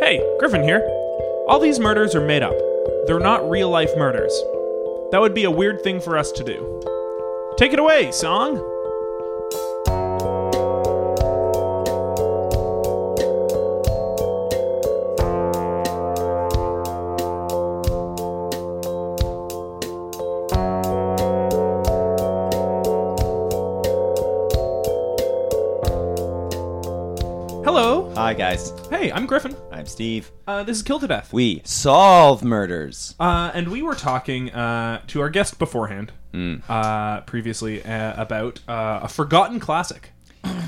Hey, Griffin here. All these murders are made up. They're not real life murders. That would be a weird thing for us to do. Take it away, song! Hello. Hi, guys. Hey, I'm Griffin. I'm Steve. Uh, this is Kill to Death. We solve murders. Uh, and we were talking uh, to our guest beforehand, Hmm. uh, previously, uh, about uh, a forgotten classic.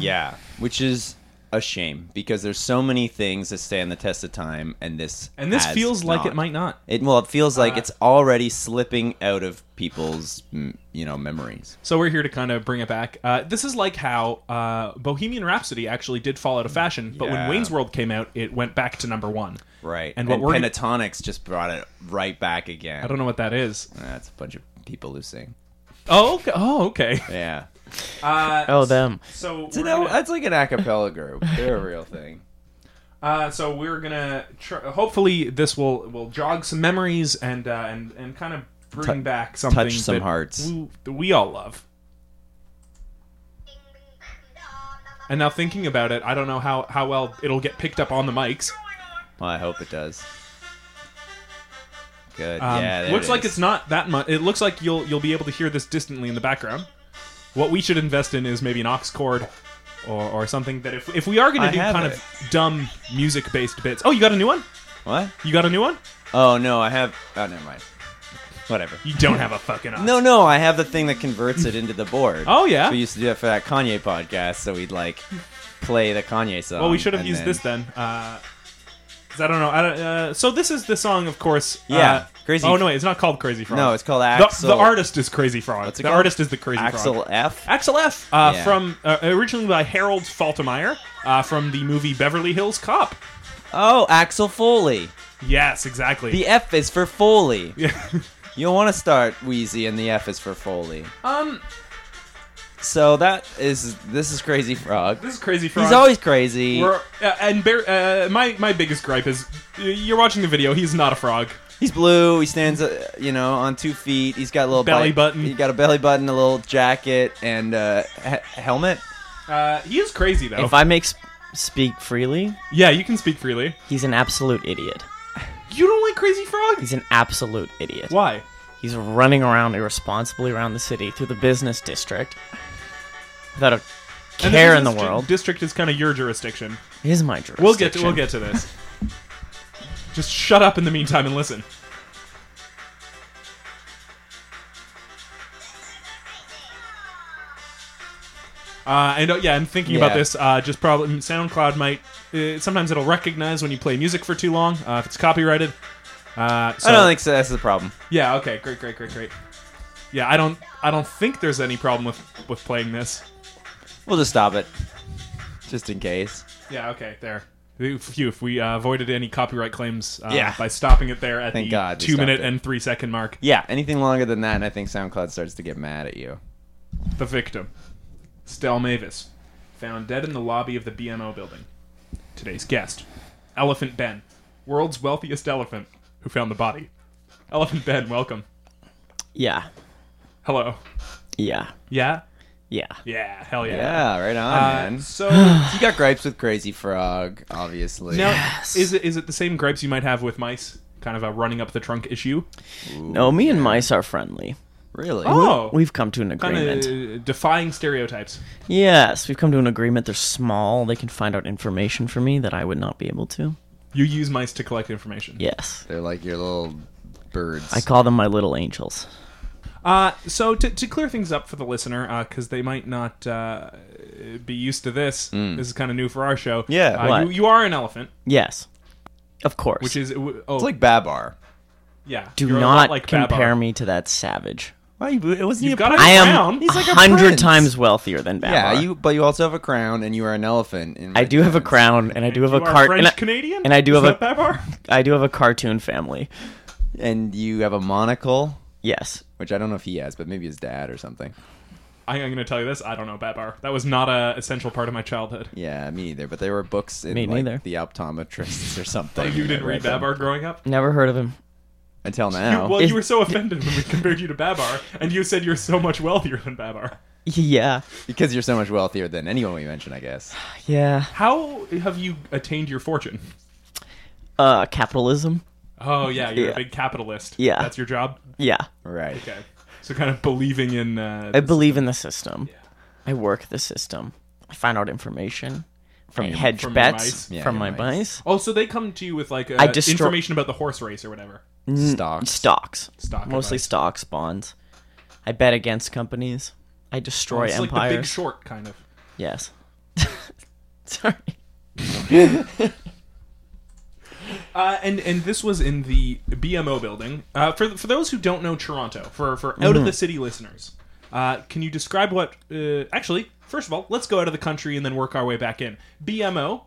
Yeah. Which is a shame because there's so many things that stand the test of time, and this And this has feels like it might Uh, not. It well, it feels like it's already slipping out of people's mm, you know memories. So we're here to kind of bring it back. Uh, this is like how uh, Bohemian Rhapsody actually did fall out of fashion, but when Yeah. Wayne's World came out, it went back to number one. Right. And And, what what we're gonna- pentatonics just brought it right back again. I don't know what that is. That's a bunch of people who sing. Oh, okay. Oh, okay. Uh, Yeah. Oh, them. So So we're that- gonna, that's like an a cappella group. They're a real thing. uh, so we're gonna tr- hopefully this will will jog some memories and uh, and and kind of bring Tou- back something touch some that hearts. we, that we all love. And now thinking about it, I don't know how, how well it'll get picked up on the mics. Well, I hope it does. Good. Um, yeah. there looks it like is. it's not that much. It looks like you'll you'll be able to hear this distantly in the background. What we should invest in is maybe an aux cord or, or something that if, if we are going to I do have kind it. of dumb music based bits. Oh, you got a new one? What? You got a new one? Oh no, I have. Oh, never mind. Whatever. You don't have a fucking aux. No, no, I have the thing that converts it into the board. Oh, yeah? we used to do that for that Kanye podcast. So we'd like play the Kanye song. Well, we should have Um, and used then- this then. Uh, 'cause I don't know. I don't, uh, so this is the song, of course. Yeah, uh, Crazy- Oh no, wait, it's not called Crazy Frog. No, it's called The- Axel. The, artist is Crazy Frog. What's it the called? artist is the Crazy Axel Frog. F. Axel F. Uh, Yeah. From uh, originally by Harold Faltermeyer uh, from the movie Beverly Hills Cop. Oh, Axel Foley. Yes, exactly. The F is for Foley. Yeah. You'll want to start Wheezy, and the F is for Foley. um, So that is this is Crazy Frog. this is Crazy Frog. He's always crazy. We're- uh, and Bear, uh, my my biggest gripe is uh, you're watching the video. He's not a frog. He's blue. He stands, uh, you know, on two feet. He's got a little Belly bite- button. He got a belly button, a little jacket, and uh, he- helmet. Uh, he is crazy though. If I make sp- speak freely, yeah, you can speak freely. he's an absolute idiot. You don't like Crazy Frog? He's an absolute idiot. Why? He's running around irresponsibly around the city through the business district without a And care in the business world. di- District is kind of your jurisdiction. It is my jurisdiction. We'll get to we'll get to this. Just shut up in the meantime and listen. Uh, and uh, yeah, I'm thinking about Yeah. this. Uh, just probably SoundCloud might uh, sometimes it'll recognize when you play music for too long uh, if it's copyrighted. Uh, so, I don't think so. That's the problem. Yeah. Okay. Great. Great. Great. Great. Yeah. I don't. I don't think there's any problem with with playing this. We'll just stop it, just in case. Yeah. Okay. There. Phew. If we uh, avoided any copyright claims uh, Yeah. by stopping it there at Thank the God we two minute stopped it. and three second mark, Yeah, anything longer than that, and I think SoundCloud starts to get mad at you. the victim, Stell Mavis, found dead in the lobby of the BMO building. Today's guest, Elephant Ben, world's wealthiest elephant, who found the body. Elephant Ben, welcome. Yeah. Hello. Yeah. Yeah. Yeah. Yeah. Hell yeah. Yeah, right on, Uh, man. so You got gripes with Crazy Frog, obviously. now, is it is it the same gripes you might have with mice? Kind of a running up the trunk issue. No, me and mice are friendly. really? Oh, We've come to an agreement. kind of defying stereotypes. Yes, we've come to an agreement. They're small. They can find out information for me that I would not be able to. You use mice to collect information. Yes. They're like your little birds. I call them my little angels. Uh, so to, to clear things up for the listener, because they might not uh, be used to this, this is kind of new for our show. Yeah. uh, you, Mm. What? you are an elephant. Yes. Of course. which is oh It's like Babar. yeah. do You're a lot not like compare Babar. me to that savage. Why you, it wasn't You've got a I am crown. a He's like a hundred prince. times wealthier than Babar. Yeah, you. But you also have a crown, and you are an elephant. In I do have a crown. crown, and I do have You a are cart, and, French I- Canadian, and I do Is have a- that Babar? I do have a cartoon family. and you have a monocle, Yes, which I don't know if he has, but maybe his dad or something. I, I'm going to tell you this. I don't know Babar. That was not a essential part of my childhood. Yeah, me neither. But they were books in Me like, neither. the optometrists or something. Oh, You didn't I read them Babar growing up. never heard of him. until You, now. well, Is- you were so offended when we compared you to Babar, and you said you're so much wealthier than Babar. Yeah, because you're so much wealthier than anyone we mention, I guess. yeah. How have you attained your fortune? Uh, capitalism. Oh yeah, you're a Yeah. big capitalist. Yeah. that's your job. Yeah, Right. Okay, so kind of believing in. Uh, I this- believe in the system. I work the system. I find out information from your- hedge from your mice? bets Yeah, from your my mice. mice. Oh, so they come to you with like uh, I destroy- information about the horse race or whatever. Stocks. Stocks, Stock mostly advice. stocks, bonds. I bet against companies. I destroy it's empires. like the Big Short kind of. yes. Sorry. Uh, and and this was in the BMO building. Uh, for for those who don't know Toronto, for for out of Mm-hmm. the city listeners, uh, can you describe what? Uh, actually, first of all, let's go out of the country and then work our way back in. BMO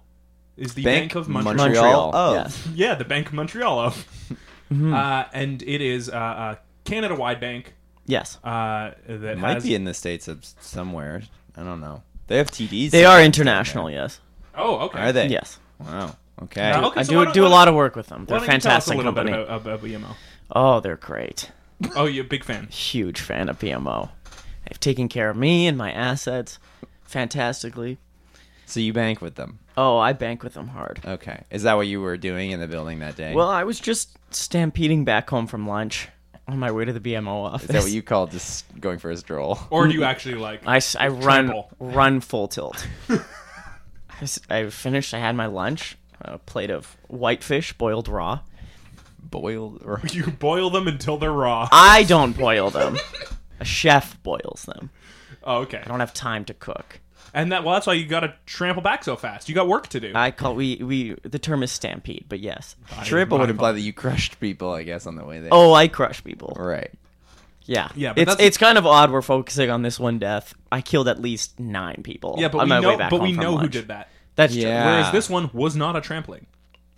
is the Bank, of Montreal. Montreal. Oh, Yes. Yeah, the Bank of Montreal. of. Mm-hmm. Uh, and it is uh, uh, Canada wide bank Yes. uh, that might has. be in the states of somewhere. I don't know. They have TDs. They are somewhere. international. Yes. oh, okay. Are they? Yes. Wow. Okay. Uh, okay, I so why do don't- do a why lot don't- of work with them. They're why don't you tell us a fantastic little company. bit about, about BMO? oh, they're great. Oh, you're a big fan. Huge fan of BMO. They've taken care of me and my assets fantastically. So you bank with them. Oh, I bank with them hard. Okay. Is that what you were doing in the building that day? Well, I was just stampeding back home from lunch on my way to the BMO office. is that what you call just going for a stroll? Or do you actually like? I, s- I run Trample. run full tilt. I, s- I finished. I had my lunch, a plate of whitefish boiled raw. Boiled or you boil them until they're raw. I don't boil them. a chef boils them. Oh, okay. I don't have time to cook. And that well, that's why you got to trample back so fast. You got work to do. I call we we the term is stampede, but yes. triple would imply that you crushed people, I guess, on the way there. Oh, I crush people. Right. Yeah, Yeah, but It's that's- it's kind of odd we're focusing on this one death. I killed at least nine people. yeah, but on we my know, way back but home we from know who lunch. did that. That's Yeah. true. Whereas this one was not a trampling.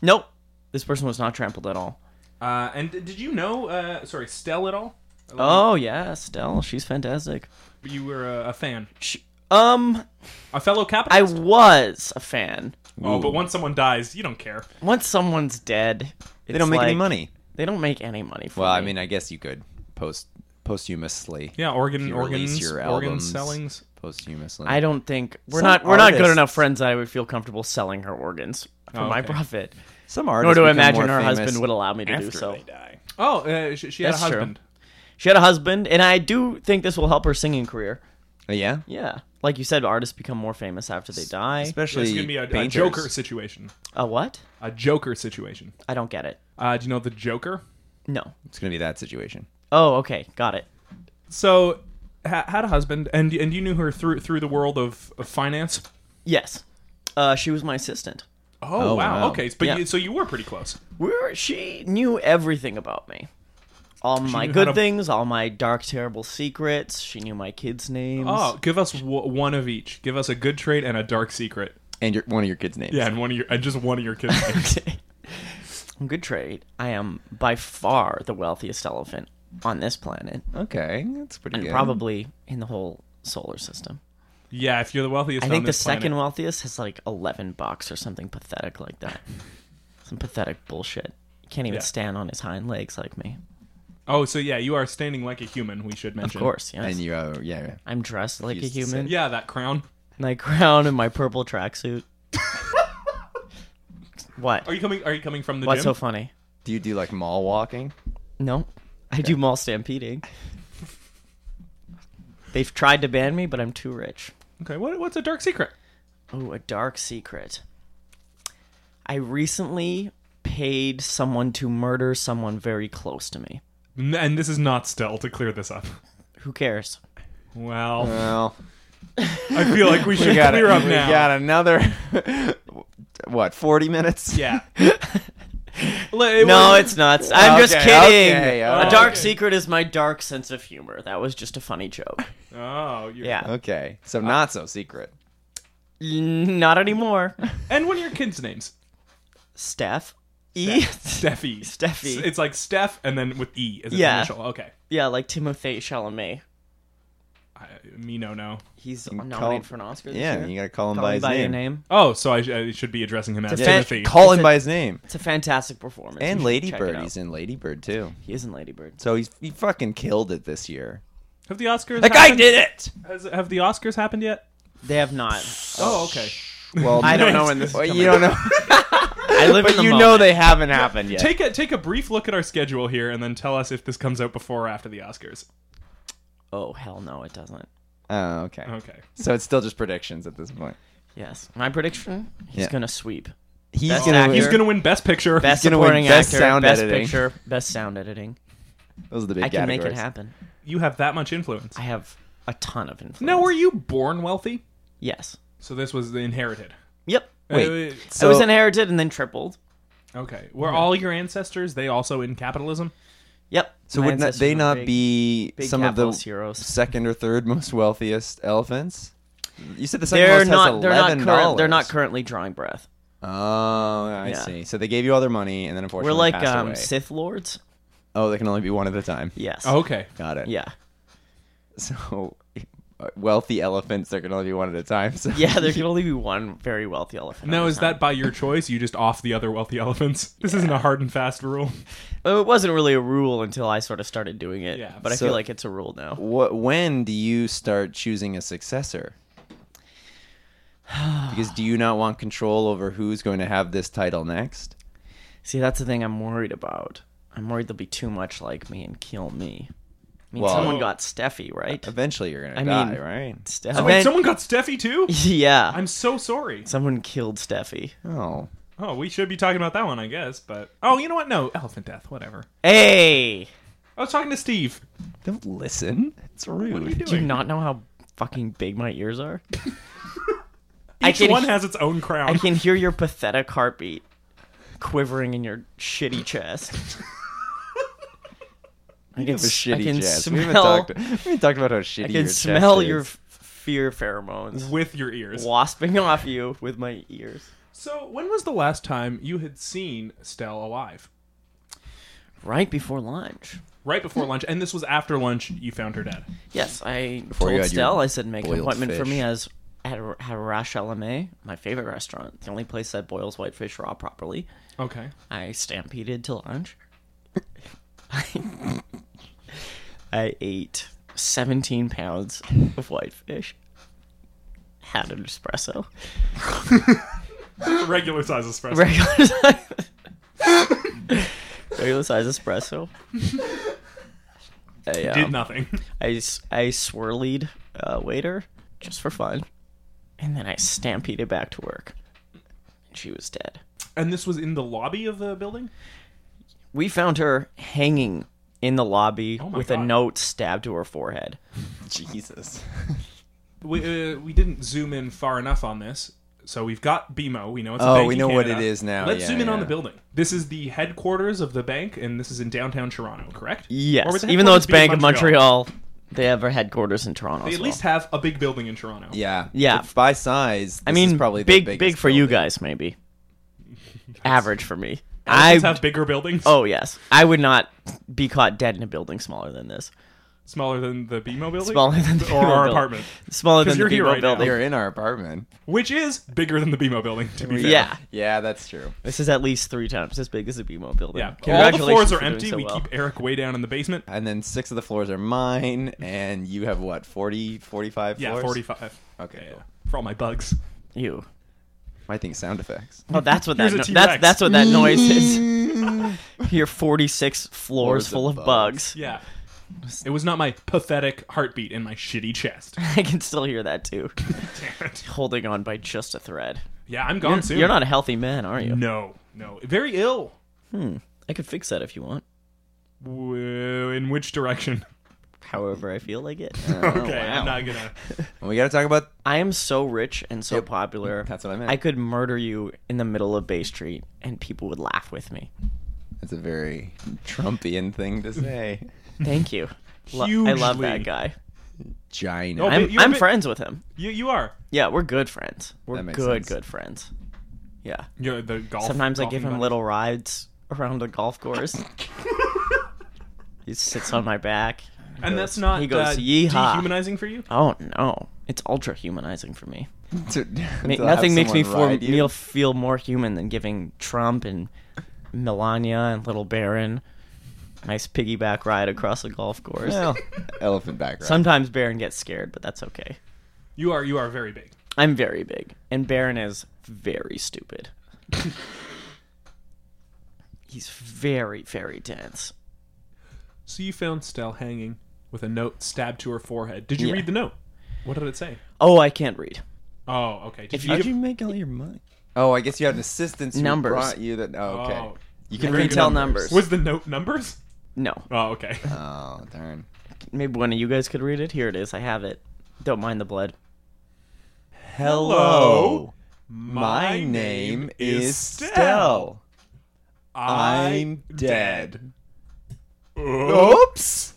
Nope, this person was not trampled at all. Uh, and d- did you know? Uh, sorry, Stell at all? Oh yeah, Stell, she's fantastic. You were a, a fan, Sh um, a fellow I capitalist. was a fan. oh, but once someone dies, you don't care. Once someone's dead, They don't make any money. They don't make any money. For Well, I me. mean, I guess you could post posthumously. Yeah, If organ, you release organs, your organ albums sellings. posthumously. I don't think we're Some not we're not good artists- enough friends that I would feel comfortable selling her organs for Oh, my okay. profit. Some Nor artists. do I become imagine more her famous husband would allow me to do after so. they die. Oh, uh, she, she had a That's true. husband. She had a husband, and I do think this will help her singing career. Uh, Yeah. Yeah, like you said, artists become more famous after they die. Especially It's gonna be a, a painters. Joker situation. A what? A Joker situation. I don't get it. Uh, do you know the Joker? No. It's gonna be that situation. Oh, okay, got it. So ha- had a husband, and and you knew her through through the world of, of finance. Yes, uh, she was my assistant. Oh, Oh, wow. wow. Okay, but Yeah. you, so you were pretty close. We were, she knew everything about me. All my knew how good to- things, all my dark, terrible secrets. She knew my kids' names. Oh, give us w- one of each. Give us a good trait and a dark secret. And your, one of your kids' names. Yeah, and one of your and just one of your kids. Good trade. I am by far the wealthiest elephant on this planet, Okay, that's pretty and good. probably in the whole solar system. yeah, if you're the wealthiest, I on think the this planet. second wealthiest has like 11 bucks or something pathetic like that. Some pathetic bullshit. He Can't even Yeah. stand on his hind legs like me. Oh, so yeah, you are standing like a human. We should Of mention, course, yes. And you, uh, yeah, yeah. I'm dressed like a Used to human. Yeah, that crown. My crown and my purple tracksuit. what? Are you coming? Are you coming from the What's so gym? funny? Do you do like mall walking? No, I do mall stampeding. They've tried to ban me, but I'm too rich. okay, what, what's a dark secret? Oh, a dark secret. I recently paid someone to murder someone very close to me. N- And this is not Stell to clear this up. Who cares? Well, Well, I feel like we should we got, clear up we now. got another what forty minutes? Yeah. li- it No, was- it's not. I'm just Okay, kidding. okay, A okay. dark secret is my dark sense of humor. That was just a funny joke. Oh, you Yeah. Okay, so not so secret. N- Not anymore. And what are your kids' names? Steph. E. Steffi. Steffi. It's like Steph, and then with E as an Yeah. initial. Okay. yeah, like Timothée Chalamet. I, me no no. He's can nominated call- for an Oscar. This Yeah, year. you gotta call him Call by him his by your name. name. Oh, so I, sh- I should be addressing him as Yeah, Yeah, Timothy. call him It's by his name. It's a fantastic performance. And You should Lady check Bird. it out. He's in Lady Bird too. He is in Lady Bird. So he's he fucking killed it this year. Have the Oscars? Like I happened? did it. Has, have the Oscars happened yet? They have not. Oh, okay. Well, I don't know when this. Well, Is you coming don't out. know. I live in but the you moment. know they haven't happened yet. Take a take a brief look at our schedule here, and then tell us if this comes out before or after the Oscars. Oh hell no, it doesn't. oh, okay. Okay. So it's still just predictions at this point. Yes, my prediction. He's Yeah. gonna sweep. He's Best gonna. actor. win- He's gonna win Best Picture. Best gonna win supporting best actor, sound best editing. picture, best sound editing. Those are the big I can make it categories. happen. You have that much influence. I have a ton of influence. Now, were you born wealthy? Yes. So this was the inherited. Yep. Wait, Uh, I was so- inherited and then tripled. Okay. Were all your ancestors they also in capitalism? Yep. So My would not, ancestors they were not big- be big some of the capitalist heroes. second or third most wealthiest elephants? You said the 2nd They're most not. has They're not. eleven Current, they're not dollars. currently drawing breath. Oh, I Yeah. see. So they gave you all their money, and then We're unfortunately like passed um, away. Sith lords. Oh, they can only be one at a time. Yes. Okay. Got it. Yeah. So uh, wealthy elephants, there can only be one at a time. So Yeah. There can only be one very wealthy elephant. Now, at a is time. that by your choice? You just off the other wealthy elephants? This isn't a hard and fast rule. Oh, it wasn't really a rule until I sort of started doing it. Yeah. But I So- feel like it's a rule now. What? When do you start choosing a successor? Because do you not want control over who's going to have this title next? See, that's the thing I'm worried about. I'm worried they'll be too much like me and kill me. I mean, Well- someone got Steffi, right? Eventually, you're gonna I die, mean- right? Steffi. Oh, wait, someone got Steffi too? yeah. I'm so sorry. Someone killed Steffi. Oh, Oh, we should be talking about that one, I guess. But oh, you know what? No, elephant death. Whatever. Hey! I was talking to Steve. don't listen. It's rude. What are you Do you doing? not know how fucking big my ears are? I Each can one he- has its own I crown. can hear your pathetic heartbeat quivering in your shitty chest. I can, have a s- shitty I can jazz. smell, we, haven't talked, we haven't talked about how shitty I your can chest smell your is. f- fear pheromones With your ears. wasping off you with my ears. So, when was the last time you had seen Stell alive? Right before lunch. Right before lunch, and this was after lunch. You found her dead. Yes, I you told had your Stell. I said make an boiled appointment for fish. me as at Harash LMA, my favorite restaurant, the only place that boils whitefish raw properly. Okay. I stampeded to lunch. I ate 17 pounds of whitefish. Had an espresso. Regular size espresso. Regular size. Regular size espresso. I, um, Did nothing. I, s- I swirlied a waiter just for fun. And then I stampeded back to work. She was dead. And this was in the lobby of the building. We found her hanging in the lobby Oh my with a God. note stabbed to her forehead. Jesus. We uh, we didn't zoom in far enough on this, so we've got BMO. We know it's. A Oh, bank we in know what Canada. it is now. Let's Yeah, zoom in on yeah. the building. This is the headquarters of the bank, and this is in downtown Toronto, correct? Or would Yes, the even though it's headquarters be in Bank of Montreal, they have their headquarters in Toronto. They as at well. least have a big building in Toronto. Yeah. Yeah. If by size, I this mean, is probably big, the big biggest for you building. guys, maybe. Average for me. I Elephants have bigger buildings. oh yes, I would not be caught dead in a building smaller than this, smaller than the BMO building. Smaller than the or our BMO building. apartment, smaller than the you're here BMO right now. building. You're in our apartment. which is bigger than the BMO building. To be fair. Yeah, Yeah, that's true. this is at least three times as big as the BMO building. Yeah. All the Congratulations floors for are doing empty. so we well. keep Eric way down in the basement. And then six of the floors are mine, and you have what, 40, 45 Yeah, floors? 45. Okay, Yeah, yeah. cool. For all my bugs. you. I think sound effects. Oh, that's what that Here's a no- T-Rex. that's that's what that noise is. Your forty-six floors Floors full of of bugs. Yeah. It was not my pathetic heartbeat in my shitty chest. I can still hear that too, Damn it. holding on by just a thread. Yeah, I'm gone soon. You're not a healthy man, are you? No, no. Very ill. I could fix that if you want. W- in which direction? However, I feel like it. okay, I'm not gonna. And Oh, we got to talk about. I am so rich and so popular. That's what I meant. I could murder you in the middle of Bay Street, and people would laugh with me. That's a very Trumpian thing to say. Thank you. Lo- I love Hugely. that guy. Gina. Oh, but I'm, you're a I'm bit- friends with him. You you are. Yeah, we're good friends. We're That makes good, sense. good friends. Yeah. You're the golf. Sometimes I give golfing him buddy. little rides around the golf course. he sits on my back. He And goes- that's not He goes, uh, yeehaw. dehumanizing for you. Oh no, it's ultra humanizing for me. To- to Ma- have nothing makes me someone for, ride you. me feel more human than giving Trump and Melania and Little Baron a nice piggyback ride across a golf course. Well, elephant background. Sometimes Baron gets scared, but that's okay. You are you are very big. I'm very big, and Baron is very stupid. He's very, very dense. So you found Stell hanging with a note stabbed to her forehead. Did you Yeah. read the note? What did it say? Oh, I can't read. Oh, okay. Did How'd you make all your money? Oh, I guess you had an assistant who Numbers. brought you that. Oh, okay. Oh. You can I read can tell numbers. Was the note numbers? No, Oh, okay. Oh, darn. maybe one of you guys could read it. Here it is. I have it. Don't mind the blood. Hello. My name is Oh, Stell. I'm dead. Oops.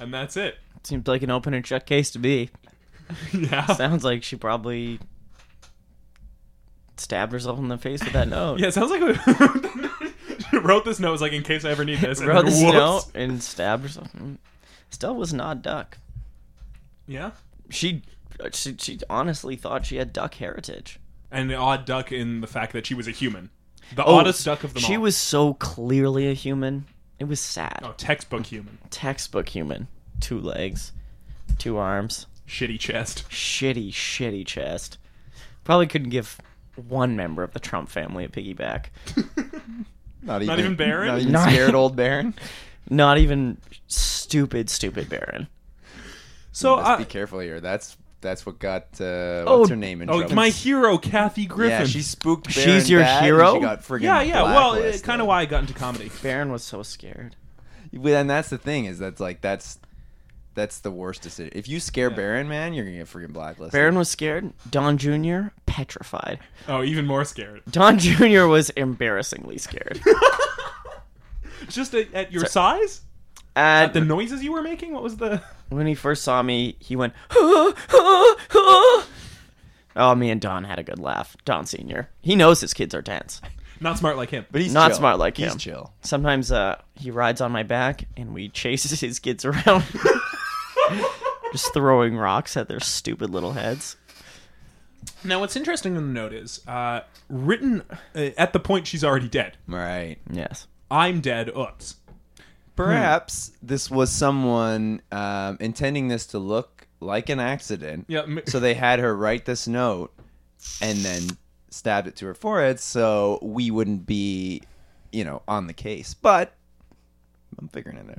And that's it. Seems like an open and shut case to me. Yeah. Sounds like she probably stabbed herself in the face with that note. Yeah, it sounds like we wrote this note was like in case I ever need this. and Wrote then this whoops. note and stabbed herself. Stell was not duck. Yeah. She, uh, she, she honestly thought she had duck heritage. And the odd duck in the fact that she was a human. The Oh, oddest duck of them She all. was so clearly a human. It was sad. Oh, textbook human. Textbook human. Two legs, two arms, Shitty chest. shitty, shitty chest. Probably couldn't give one member of the Trump family a piggyback. Not even, even Baron? Not even Not- scared old Baron. Not even stupid, stupid Baron. So uh, Let's I be careful here. That's that's what got uh, Oh, what's her name in Oh, trouble. my hero Kathy Griffin. yeah, she spooked. She's Baron your bad, and hero? She got friggin' yeah, yeah. Well, it's blacklisted. kind of why I got into comedy. Baron was so scared. Well, And that's the thing is that's like that's that's the worst decision. If you scare Baron, man, you're gonna get friggin' blacklisted. Baron was scared. Don Jr., petrified. Oh, even more scared. Don Jr. was embarrassingly scared. Just at, at your size? At The noises you were making? What was the. when he first saw me, he went, "Huh, huh, huh." Oh, me and Don had a good laugh. Don Sr. He knows his kids are tense. Not smart like him. but he's Not chill. smart like he's him. chill. Sometimes uh, he rides on my back and we chases his kids around, just throwing rocks at their stupid little heads. Now, what's interesting in the note is uh, written uh, at the point she's already dead. Right. Hmm. Yes. I'm dead. Oops. Perhaps this was someone um, intending this to look like an accident. Yeah, m- so they had her write this note and then stabbed it to her forehead so we wouldn't be, you know, on the case. But I'm figuring it out.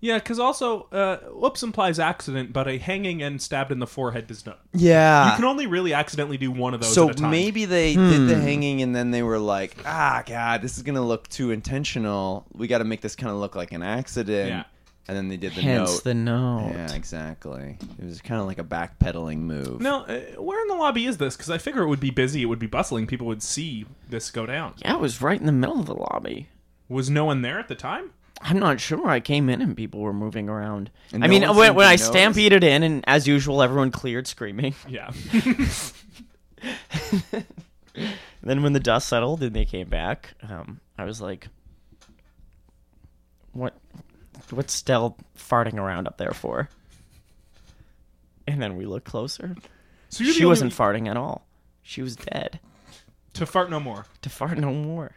Yeah, because also, uh, oops implies accident, but a hanging and stabbed in the forehead does not. Yeah. Ah. You can only really accidentally do one of those so at a time. maybe they did Hmm. the hanging and then they were like, ah, God, this is going to look too intentional. We got to make this kind of look like an accident. Yeah. And then they did the Hence note. the note. yeah, exactly. It was kind of like a backpedaling move. Now, uh, where in the lobby is this? Because I figure it would be busy, it would be bustling, people would see this go down. Yeah, I was right in the middle of the lobby. Was no one there at the time? I'm not sure. I came in and people were moving around. And I no mean, one when, seemed when to I notice? stampeded in, and as usual, everyone cleared screaming. Yeah. And then when the dust settled and they came back, um, I was like, "What? What's Stell farting around up there for?" And then we looked closer. So you're the She only- wasn't farting at all. She was dead. to fart no more. To fart no more.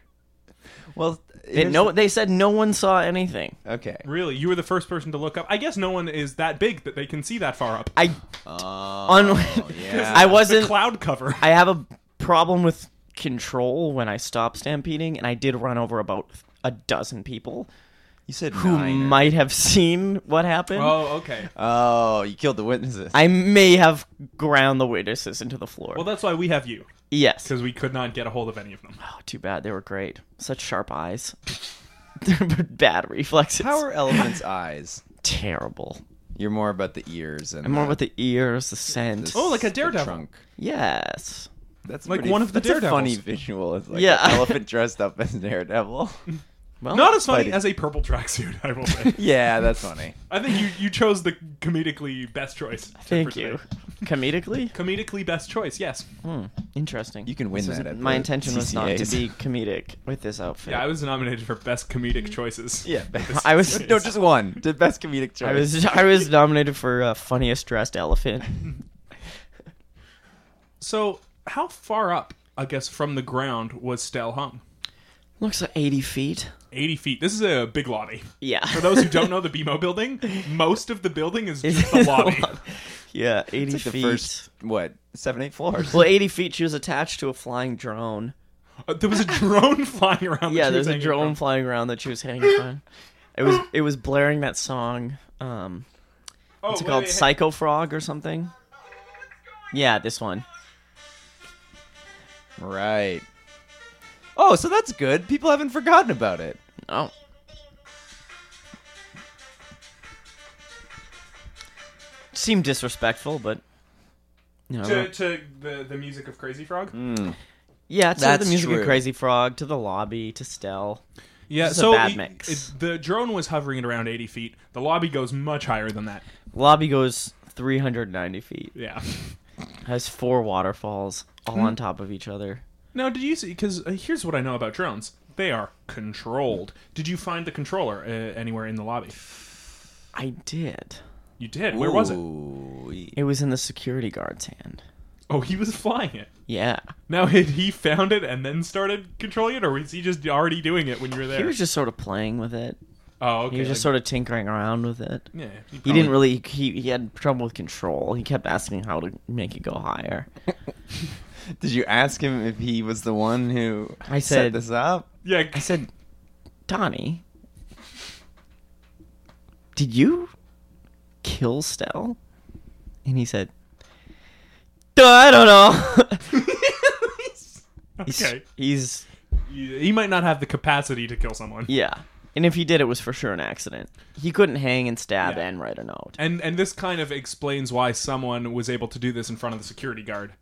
Well, They, here's no, they said no one saw anything. the- okay. Really, you were the first person to look up. I guess no one is that big that they can see that far up. I Oh, un- yeah. I The wasn't. cloud cover. I have a problem with control when I stop stampeding, and I did run over about a dozen people you said who nine. might have seen what happened. Oh, okay. oh, you killed the witnesses. I may have ground the witnesses into the floor. Well, that's why we have you, yes. because we could not get a hold of any of them. Oh, too bad. They were great. Such sharp eyes. Bad reflexes. How are elephants' eyes? Terrible. You're more about the ears and I'm more the, about the ears, the scent. Oh, like a the daredevil. trunk. yes. That's Like pretty- one of the that's a funny daredevils. visual. It's like Yeah. an elephant dressed up as daredevil. Well, Not as funny Fighting. as a purple tracksuit, I will say. Yeah, that's funny. I think you, you chose the comedically best choice. for thank today. you. Hmm. Comedically, Comedically best choice, yes. interesting. You can win This that isn't- at My the intention was not to CCAs. be comedic with this outfit. Yeah, I was nominated for best comedic choices. Yeah, Hmm. I was. no, just one. The best comedic choice. I was. I was nominated for uh, funniest dressed elephant. So, how far up, I guess, from the ground was Stell hung? Looks like eighty feet. 80 feet. This is a big lobby. Yeah. For those who don't know the BMO building, most of the building is just the lobby. yeah, eighty It's like the feet. first what seven eight floors. Well, eighty feet. She was attached to a flying drone. Uh, there was a drone flying around. that Yeah, she was there's a hanging drone from. flying around that she was hanging on. It was. It was blaring that song. Um, Oh, what's it wait, called? wait, hey. Psycho Frog or something. Yeah, this one. right. Oh, so that's good. People haven't forgotten about it. Oh. Seemed disrespectful, but you know, To, to the, the music of Crazy Frog? Mm. yeah, to That's the music true. of Crazy Frog, to the lobby, to Stell. Yeah, This is a so bad it- mix. it- the drone was hovering at around 80 feet. The lobby goes much higher than that. Lobby goes 390 feet. Yeah. Has four waterfalls all Hmm. on top of each other. Now, did you see? Because uh, here's what I know about drones they are controlled. Did you find the controller uh, anywhere in the lobby? I did. You did. Where was it? Ooh. It was in the security guard's hand. Oh, he was flying it. Yeah. Now, had he found it and then started controlling it, or was he just already doing it when you were there? He was just sort of playing with it. oh, okay. He was just like- sort of tinkering around with it. yeah, he, He probably- didn't really he, he had trouble with control. He kept asking how to make it go higher. Did you ask him if he was the one who I set said- this up? Yeah, I said, Donnie, did you kill Stell? And he said, "Duh, I don't know. he's, Okay. he's, he he might not have the capacity to kill someone. yeah. And if he did, it was for sure an accident. He couldn't hang and stab Yeah. and write a note. And and this kind of explains why someone was able to do this in front of the security guard.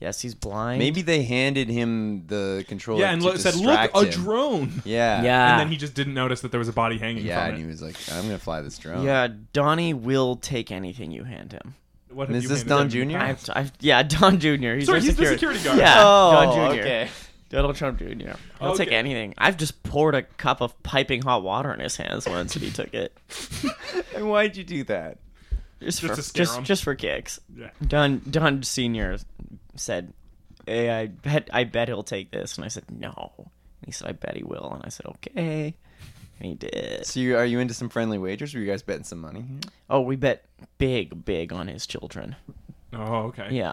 Yes, he's blind. Maybe they handed him the controller. yeah, and to look, said, "Look, distract a him." drone." Yeah. Yeah. And then he just didn't notice that there was a body hanging Yeah, from and it. he was like, "I'm gonna fly this drone." yeah, Donnie will take anything you hand him. What And have you is this handed Don him? Jr.? I've, I've, yeah, Don Jr. He's, Sorry, our he's the security. security guard. Yeah, Oh, Don Jr. okay. Donald Trump Jr. I'll take Okay. anything. I've just poured a cup of piping hot water in his hands once, and he took it And why'd you do that? Just just, for to scare just him. just for kicks. Yeah. Don Don Senior said, "Hey, I bet I bet he'll take this," and I said, "No." And he said, "I bet he will," and I said, "Okay." And he did. So, you, are you into some friendly wagers? Were you guys betting some money? here? Oh, we bet big, big on his children. Oh, okay. Yeah,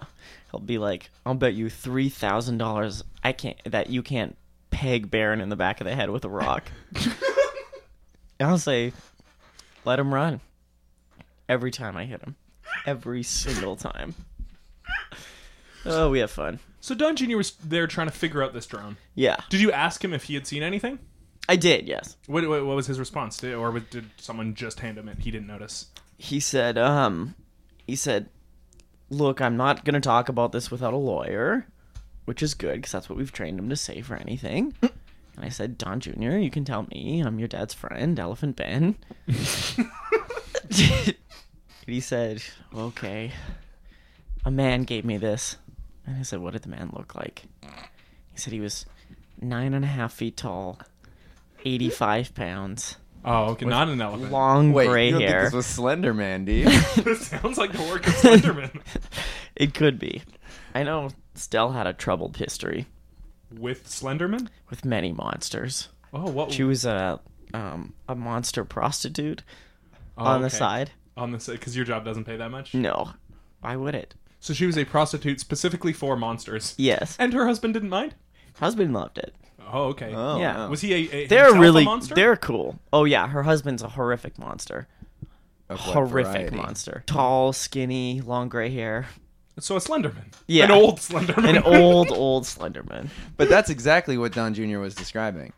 he'll be like, "I'll bet you three thousand dollars I can't that you can't peg Baron in the back of the head with a rock." And I'll say, "Let him run." Every time I hit him, every single time. Oh, we have fun. So Don Jr. was there trying to figure out this drone. Yeah, Did you ask him if he had seen anything? I did. Yes, What, what, what was his response? Did, or did someone just hand him it? He didn't notice. he said. Um, he said, "Look, I'm not gonna talk about this without a lawyer." Which is good because that's what we've trained him to say for anything. And I said, Don Jr., you can tell me. I'm your dad's friend, Elephant Ben. and he said, Okay. A man gave me this. And I said, What did the man look like? He said he was nine and a half feet tall, 85 pounds, Oh, okay. Not an elephant. long Wait, gray you don't think hair. this was Slender Man, do you? this sounds like the work of Slenderman It could be. I know Stell had a troubled history with Slenderman. with many monsters. Oh, what She was a, um, a monster prostitute oh, on the okay. side. on the side because your job doesn't pay that much. No. Why would it? So she was a prostitute specifically for monsters. Yes. And her husband didn't mind. Husband loved it. Oh, okay. Oh, Yeah. wow. Was he a, a They're himself a really monster? they're cool. Oh yeah, her husband's a horrific monster. Of what Horrific variety? monster. Tall, skinny, long gray hair. so a Slenderman. Yeah. an old Slenderman. An old, old Slenderman. But that's exactly what Don Jr. was describing.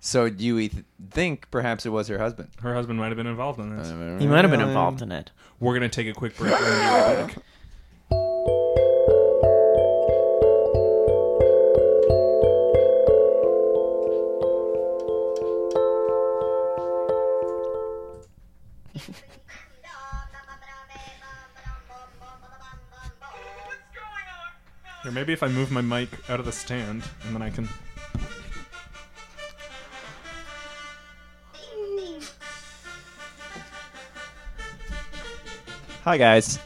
So do you eth- think perhaps it was her husband? Her husband might have been involved in this. He might have Um, been involved in it. We're gonna take a quick break. We're gonna be right back. maybe if I move my mic out of the stand, and then I can. Hi guys.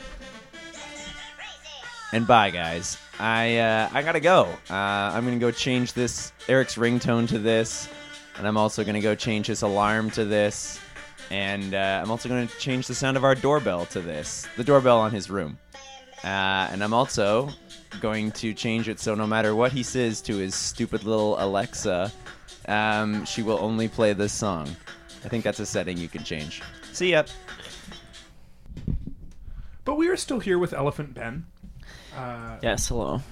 And bye guys. I uh, I gotta go. Uh, I'm gonna go change this Eric's ringtone to this, and I'm also gonna go change his alarm to this, and uh, I'm also gonna change the sound of our doorbell to this, the doorbell on his room, uh, and I'm also going to change it so no matter what he says to his stupid little Alexa, um, she will only play this song. I think that's a setting you can change. See ya. But we are still here with Elephant Ben. uh, Yes, hello.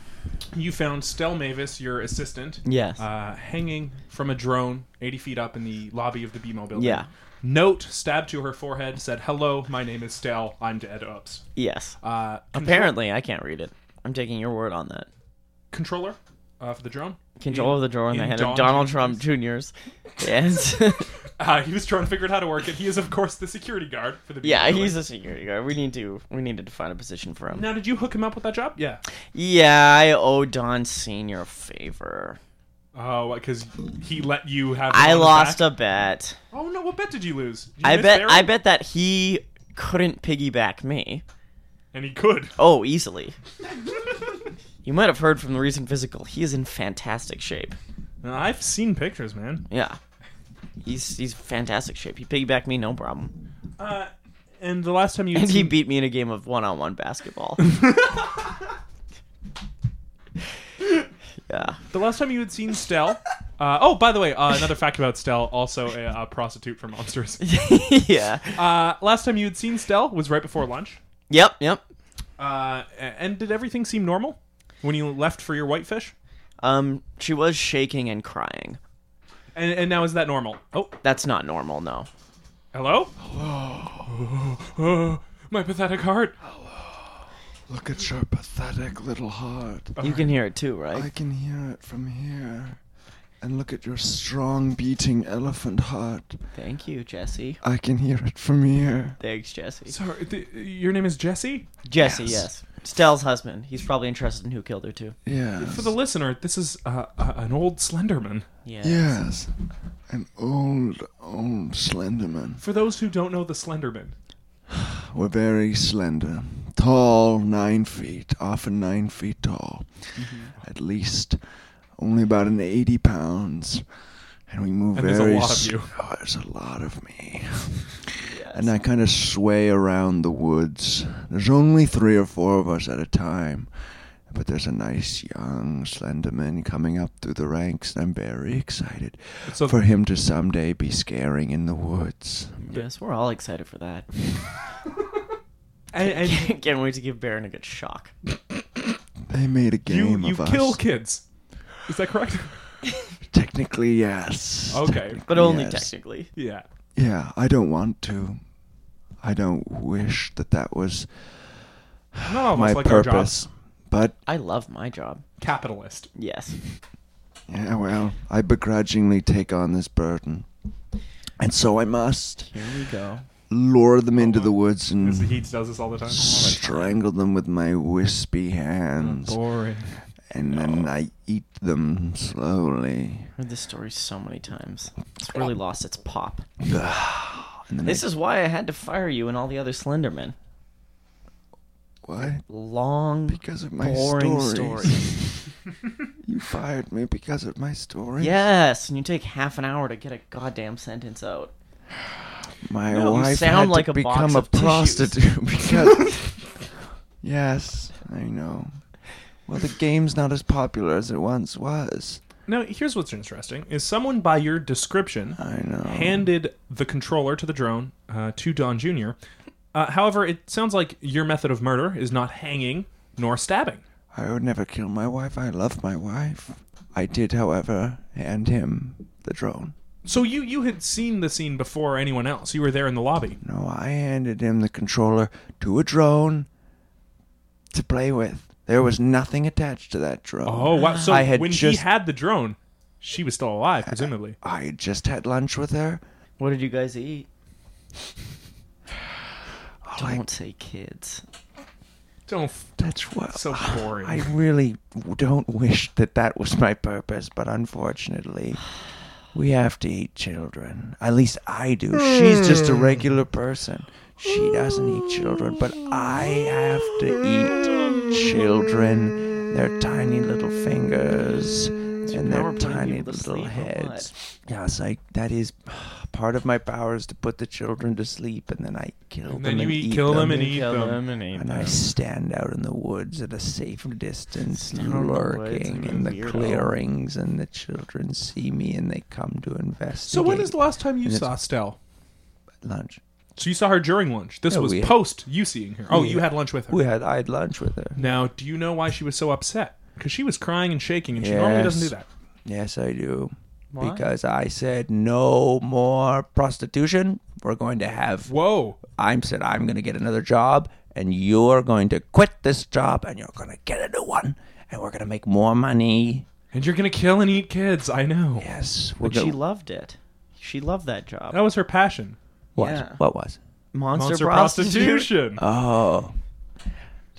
You found Stell Mavis, your assistant, Yes. uh, hanging from a drone 80 feet up in the lobby of the BMO building. yeah. Note stabbed to her forehead said, Hello, my name is Stell. I'm Dead Ups. Yes. Uh, control- Apparently, I can't read it. I'm taking your word on that. Controller uh, for the drone. Control of the drawer in the in head Don of Donald Trump Jr.'s. Yes. Uh, he was trying to figure out how to work it. He is, of course, the security guard for the BMO yeah, building. he's a security guard. We need to we needed to find a position for him. Now, did you hook him up with that job? Yeah. Yeah, I owe Don Senior a favor. Oh, because he let you have. him I on the lost back? a bet. Oh no! What bet did you lose? Did you I miss bet Barry? I bet that he couldn't piggyback me. And he could. Oh, easily. you might have heard from the recent physical. He is in fantastic shape. Uh, I've seen pictures, man. Yeah. He's he's fantastic shape. He piggybacked me no problem. Uh, and the last time you And he beat me in a game of one-on-one basketball. yeah. the last time you had seen Stell. Uh, oh, by the way, uh, another fact about Stell, also a, a prostitute for monsters. yeah. Uh, last time you had seen Stell was right before lunch. Yep, yep. Uh, a- and did everything seem normal when you left for your whitefish? Um she was shaking and crying. And, and now is that normal? Oh, That's not normal, no. hello. Hello. my pathetic heart. Look at your pathetic little heart. You can hear it too, right? I can hear it from here. And look at your strong beating elephant heart. Thank you, Jesse. I can hear it from here. Thanks, Jesse. Sorry, th- your name is Jesse. Jesse, yes. Stell's husband. He's probably interested in who killed her too. Yes. For the listener, this is uh, uh, an old Slenderman. Yeah. yes. An old, old Slenderman. For those who don't know the Slenderman, We're very slender. Tall, nine feet, often nine feet tall. Mm-hmm. At least. Only about an 80 pounds. And we move And very there's a lot of s- you. Oh, there's a lot of me. And I kind of sway around the woods. There's only three or four of us at a time. But there's a nice young Slenderman coming up through the ranks, and I'm very excited So- for him to someday be scaring in the woods. Yes, we're all excited for that. and, and Can't wait to give Baron a good shock. They made a you game you of us. kill kids. Is that correct? Technically, yes. Okay. But only Yes. technically. Yeah. Yeah, I don't want to. I don't wish that that was Not all of my us like our purpose. jobs. But I love my job. Capitalist. Yes. yeah, well, I begrudgingly take on this burden. And so I must Here we go. lure them into the woods Mr. and Heats does this all the time. Oh strangle them with my wispy hands. Boring. And then I eat them slowly. Heard this story so many times. It's really lost its pop. And then This I, is why I had to fire you and all the other Slendermen. why? Long, Because of my boring stories. stories. You fired me because of my story. yes, and you take half an hour to get a goddamn sentence out. My No, you wife sound had like to a box become a of tissues. prostitute because. yes, I know. Well, the game's not as popular as it once was. Now, here's what's interesting: is someone by your description I know. handed the controller to the drone uh, to Don Jr. Uh, however, it sounds like your method of murder is not hanging nor stabbing. I would never kill my wife. I love my wife. I did, however, hand him the drone. So you you had seen the scene before anyone else. You were there in the lobby. No, I handed him the controller to a drone to play with. There was nothing attached to that drone. Oh wow! So I had when just- he had the drone, she was still alive, presumably. I had just had lunch with her. What did you guys eat? All I Don't say kids. Don't. F- That's what. So boring. I really don't wish that that was my purpose, but unfortunately, we have to eat children. At least I do. She's just a regular person. She doesn't eat children, but I have to eat children. Their tiny little fingers and power their putting tiny people to little sleep or what? heads. Yeah, it's like that is part of my power is to put the children to sleep, and then I kill and them then you and eat, eat kill them, them and eat Kill them. them and eat and I them. stand out in the woods at a safe distance, out in the lurking woods, in the weirdo. clearings, and the children see me and they come to investigate. So when is the last time you And it's- saw Stell? lunch? So you saw her during lunch. This Yeah, was Oh, we- post you seeing her. Oh, Yeah. you had lunch with her. We had I had lunch with her. Now, do you know why she was so upset? Because she was crying and shaking, and she normally doesn't do Yes. that. Yes, I do. Why? Because I said no more prostitution. We're going to have. Whoa. I said I'm going to get another job, and you're going to quit this job, and you're going to get a new one, and we're going to make more money. And you're going to kill and eat kids. I know. Yes, we're But she gonna- loved it. She loved that job. That was her passion. what? yeah. What was? Monster, Monster prostitution. prostitution. Oh.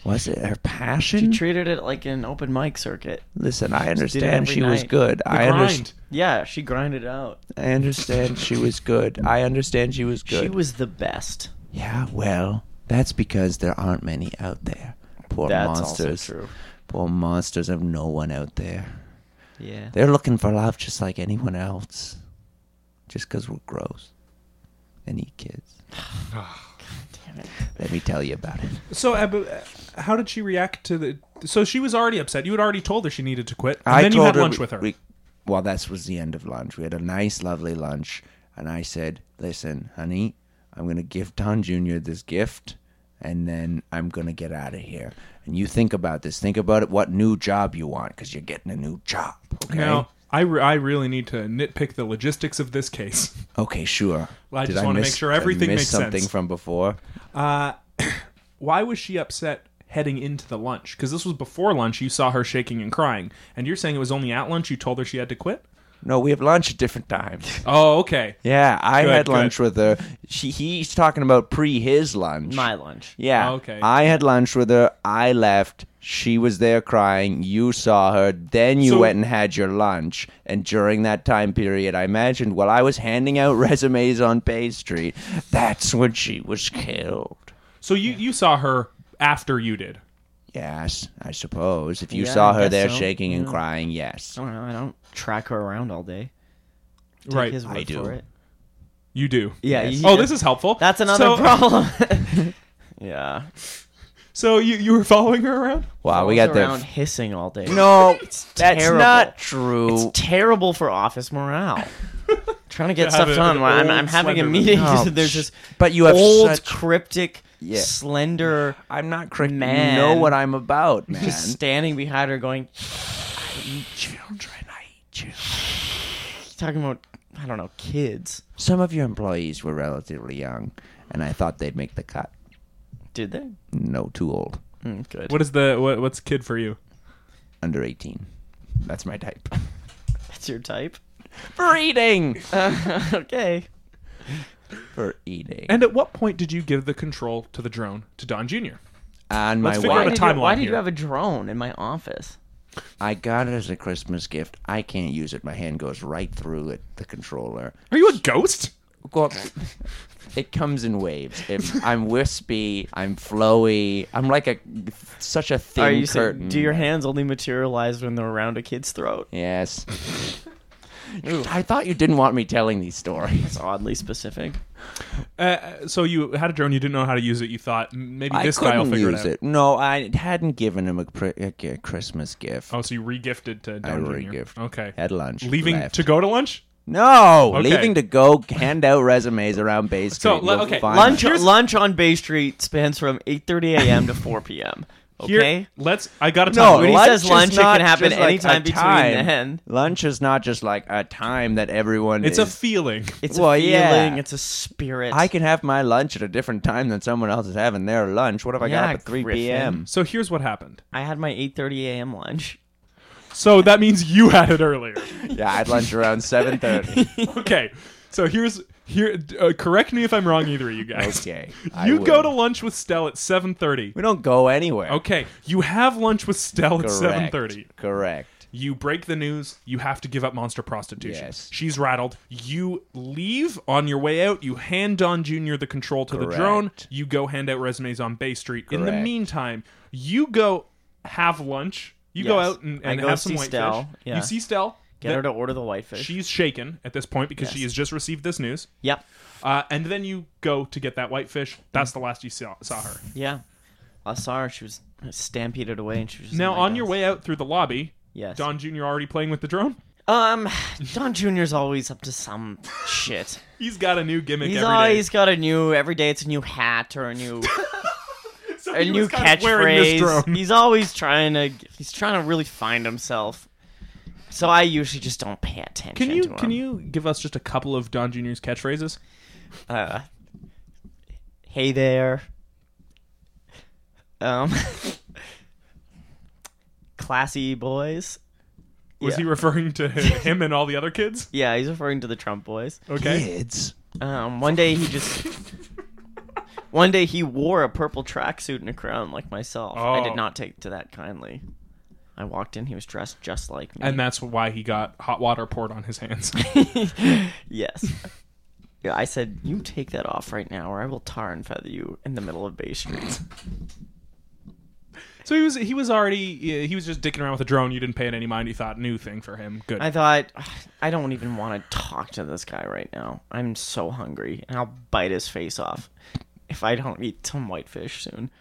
Was it her She passion? treated it like an open mic circuit. Listen, I did it understand every she was night. good. The I, underst- grind. Yeah, she grinded out. I understand she was good. I understand she was good. She was the best. Yeah, well, that's because there aren't many out there. Poor That's also monsters. true. Poor monsters have no one out there. Yeah. They're looking for love just like anyone else. Just 'cause we're gross and eat kids. Damn it. Let me tell you about it. So, uh, but, uh, how did she react to the? So she was already upset. You had already told her she needed to quit, and I then you told had her lunch we- with her. we- well, that was the end of lunch. We had a nice, lovely lunch, and I said, "Listen, honey, I'm gonna give Don Jr. this gift, and then I'm gonna get out of here. And you think about this. Think about it. What new job you want? Because you're getting a new job. Okay. Now, I, re- I really need to nitpick the logistics of this case. okay. Sure. Well, I Did just wanna make miss- sure did I everything miss makes something sense. from before. Why was she upset heading into the lunch? Because this was before lunch. You saw her shaking and crying, and you're saying it was only at lunch you told her she had to quit. No, we have lunch at different times. Oh, okay. Yeah, I Good, had good. lunch with her. She he's talking about pre his lunch. My lunch. Yeah. Oh, okay. I had lunch with her. I left. She was there crying. You saw her. Then you So- went and had your lunch. And during that time period, I imagined while I was handing out resumes on Bay Street, that's when she was killed. So you you saw her after you did. Yes, I suppose. If you Yeah, saw I her guess there so. shaking and crying, yes. I don't know. I don't track her around all day. Take right. His word I do. For it. You do. Yeah. Yes. you- Oh, this is helpful. That's another so, problem. yeah. So you you were following her around? Wow, we Goes got around the. hissing all day. No, that's terrible. not true. It's terrible for office morale. Trying to get have stuff a- done. an Well, I'm, old I'm having a Slenderman. meeting. No, There's this but you have old, such- cryptic, Yeah. slender. I'm not correct. Man. You know what I'm about, man. Just standing behind her, going, eat children. I eat children. talking about, I don't know, kids. Some of your employees were relatively young, and I thought they'd make the cut. Did they? No, too old. Mm, good. What is the what, what's kid for you? Under 18. That's my type. That's your type? For eating! okay. For eating. And at what point did you give the control to the drone to Don Jr.? And my let's figure out wife, a did you, why timeline did you here. have a drone in my office? I got it as a Christmas gift. I can't use it. My hand goes right through it, the controller. Are you a ghost? Go- It comes in waves. If I'm wispy. I'm flowy. I'm like a such a thin Are you curtain. saying, do your hands only materialize when they're around a kid's throat? Yes. I thought you didn't want me telling these stories. It's oddly specific. Uh, so you had a drone, you didn't know how to use it. You thought "Mm, maybe I this guy will couldn't figure use it out. it. No, I hadn't given him a, pri- a g- Christmas gift. Oh, so you regifted to I Don Jr. re-gift. Okay, Had lunch. leaving left. to go to lunch. No, Okay. leaving to go hand out resumes around Bay Street. So, le- You'll okay, find- Lunch, Here's- lunch on Bay Street spans from 8.30 a.m. to 4 p.m. Here, Okay? let's. I got to No, tell When he you. lunch says is lunch, it not can happen just like anytime a between time. then. Lunch is not just like a time that everyone. It's a is, feeling. It's Well, a feeling. yeah. It's a spirit. I can have my lunch at a different time than someone else is having their lunch. What if I Yeah, got up at three Griffin. p.m.? So here's what happened. I had my 8.30 a.m. lunch. So that means you had it earlier. Yeah, I had lunch around seven thirty. okay, so here's Here, uh, correct me if I'm wrong, either of you guys. Okay. I You go will. to lunch with Stell at 7:30. We don't go Oh. anywhere. Okay, you have lunch with Stell at Correct. 7:30. Correct. You break the news. You have to give up monster prostitution. Yes. She's rattled. You leave on your way out. You hand Don Jr. the control to the Correct. drone. You go hand out resumes on Bay Street. In the Correct. meantime, you go have lunch. You go Yes. out and, I and go have some see whitefish. Stell. Yeah. You see Stell. Get That- her to order the whitefish. She's shaken at this point because she Yes. has just received this news. Yep. Uh, and then you go to get that whitefish. That's the last you saw, saw her. Yeah. I saw her. She was stampeded away, and she was just Now, like on your us. way out through the lobby, Yes. Don Jr. already playing with the drone. Um, Don Junior's always up to some shit. He's got a new gimmick He's every day. always got a new. Every day it's a new hat or a new So a he new was kind of wearing this catchphrase. drone. He's always trying to. He's trying to really find himself. So I usually just don't pay attention. Can you to him. can you give us just a couple of Don Jr.'s catchphrases? Uh, hey there. Um. classy boys. Was Yeah. he referring to him and all the other kids? Yeah, he's referring to the Trump boys. Okay. Kids. Um, one day he just. one day he wore a purple tracksuit and a crown like myself. I Oh. did not take to that kindly. I walked in, he was dressed just like me. And that's why he got hot water poured on his hands. yes. Yeah, I said, you take that off right now, or I will tar and feather you in the middle of Bay Street. so he was he was already he was just dicking around with a drone. You didn't pay it any mind. You thought new thing for him. Good. I thought, "Ugh, I don't even want to talk to this guy right now. I'm so hungry, and I'll bite his face off if I don't eat some whitefish soon.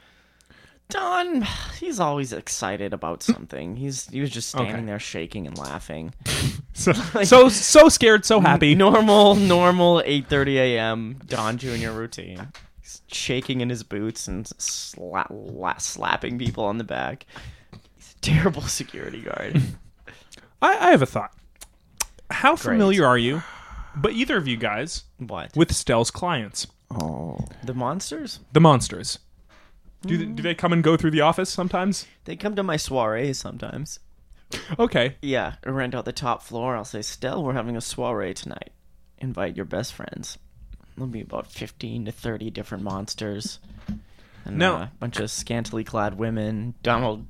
Don, he's always excited about something. He's he was just standing Okay. there shaking and laughing. so, so so scared, so happy. Normal, normal 8:30 a.m. Don Jr. routine. He's shaking in his boots and sla- la- slapping people on the back. He's a terrible security guard. I, I have a thought. How familiar are you, but either of you guys, what? with Stell's clients, Oh. the monsters? the monsters? Do, th- do they come and go through the office sometimes? They come to my soirees sometimes. Okay. Yeah, I rent out the top floor. I'll say, Stell, we're having a soiree tonight. Invite your best friends. There'll be about 15 to 30 different monsters. And Now- uh, a bunch of scantily clad women. Donald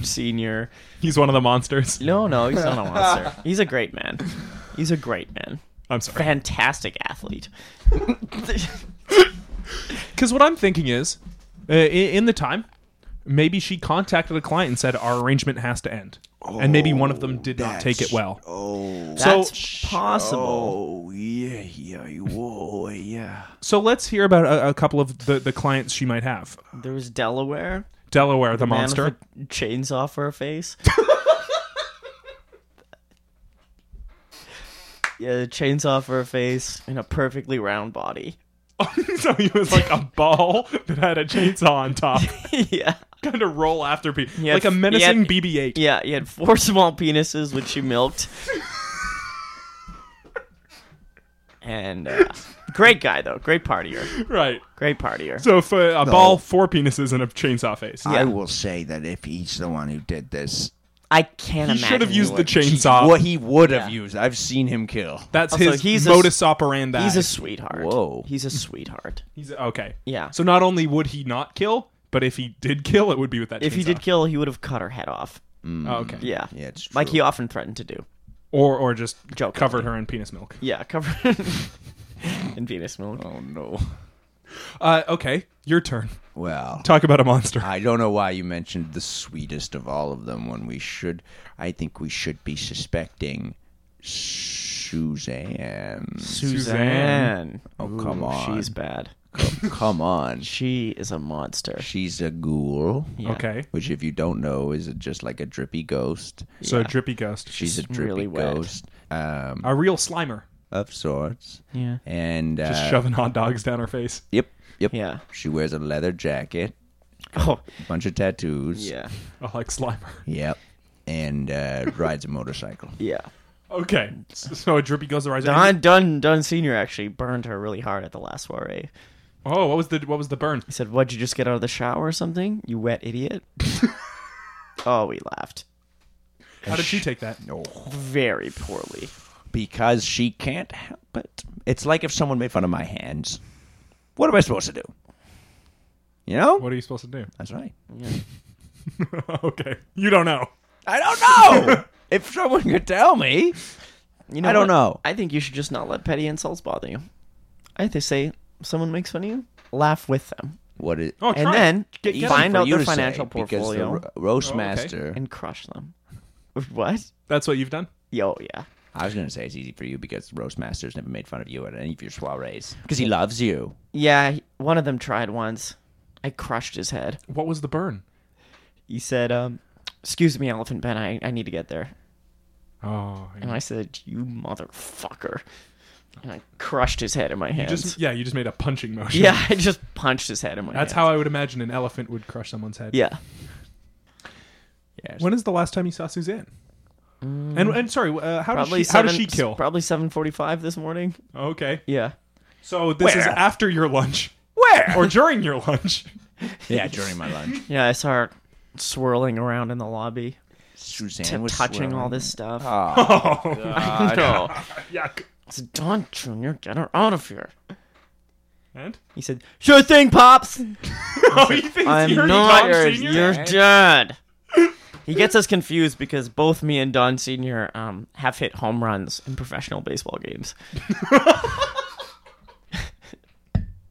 Sr. He's one of the monsters. No, no, he's not a monster. He's a great man. He's a great man. I'm sorry. Fantastic athlete. Because what I'm thinking is, uh, i- in the time, maybe she contacted a client and said our arrangement has to end, and maybe one of them did not take it that's- well. Oh. So- That's possible. Oh yeah, yeah, whoa, yeah. So let's hear about a, a couple of the, the clients she might have. There was Delaware. Delaware, the, man with monster. a chainsaw for a face. yeah, a chainsaw for a face and a perfectly round body. so he was like a ball that had a chainsaw on top, yeah. kind of roll after people, had like a f- he had- menacing BB-8. Yeah, he had four small penises which he milked. and uh, great guy though, great partier. Right. Great partier. So for a ball, four penises, and a chainsaw face. I will say that if he's the one who did this, I can't He imagine. should have used the what- chainsaw. what he would have used, I've seen him kill. That's Also, his he's a- modus operandi. He's a sweetheart. Whoa. He's a sweetheart. He's a- okay. Yeah. So not only would he not kill, but if he did kill, it would be with that. If he did Mm. kill, he would have cut her head off. kill, oh, okay. Yeah. Yeah, it's Like true. he often threatened to do. Or or just Jokingly. covered her in penis milk. Yeah, covered in penis milk. Oh no. Uh, okay, your turn. Well, Talk about a monster. I don't know why you mentioned the sweetest of all of them when we should. I think we should be suspecting Suzanne. Suzanne. Oh, come on. She's bad. Come on, She is a monster. she's a ghoul. Yeah. Okay. Which, if you don't know, is just like a drippy ghost. So drippy ghost. She's a drippy really wet. ghost um, a real slimer. of sorts. Yeah. And uh, Just shoving hot dogs down her face. Yep. Yep. Yeah. She wears a leather jacket, Oh, a bunch of tattoos. yeah. I like Slimer. Yep. And uh, rides a motorcycle. Yeah. Okay. So a drippy ghost arises. Don Dunn Dunn Senior actually burned her really hard at the last soiree. Oh, what was the what was the burn? He said, "What'd you just get out of the shower or something? You wet idiot." oh, we laughed How did she take that? No. very poorly. Because she can't help it. It's like if someone made fun of my hands. What am I supposed to do? You know? What are you supposed to do? That's right. okay. You don't know. I don't know. if someone could tell me. You know, I don't what? know. I think you should just not let petty insults bother you. I think they say someone makes fun of you, laugh with them, What is Oh, and try it. then Get- get find for out you their to say, financial because the portfolio ro- roast Oh, okay. master. and crush them. What? That's what you've done. Yo, yeah. I was going to say it's easy for you because roast master's never made fun of you at any of your soirees because he loves you. Yeah, he- one of them tried once. I crushed his head. What was the burn? He said, um, Excuse me, Elephant Ben, I, I need to get there. Oh, And I said, You motherfucker. And I crushed his head in my you hands. just yeah, you just made a punching motion. yeah, I just punched his head in my That's hands. how I would imagine an elephant would crush someone's head. Yeah. Yes. When is the last time you saw Suzanne? And and sorry, uh, how Mm. Probably does she, how does she seven- kill? Probably 7.45 this morning. okay, Yeah. so this is Where? after your lunch Where? or during your lunch. yeah, during my lunch. Yeah, I saw her swirling around in the lobby, t- Suzanne was touching all swirling. this stuff. Ah. Oh, I know. yuck! I said, Don Jr., get her out of here. And He said, Sure thing, Pops. oh, you think I'm you're not Tom yours. Senior? You're dead. He gets us confused because both me and Don Senior um, have hit home runs in professional baseball games.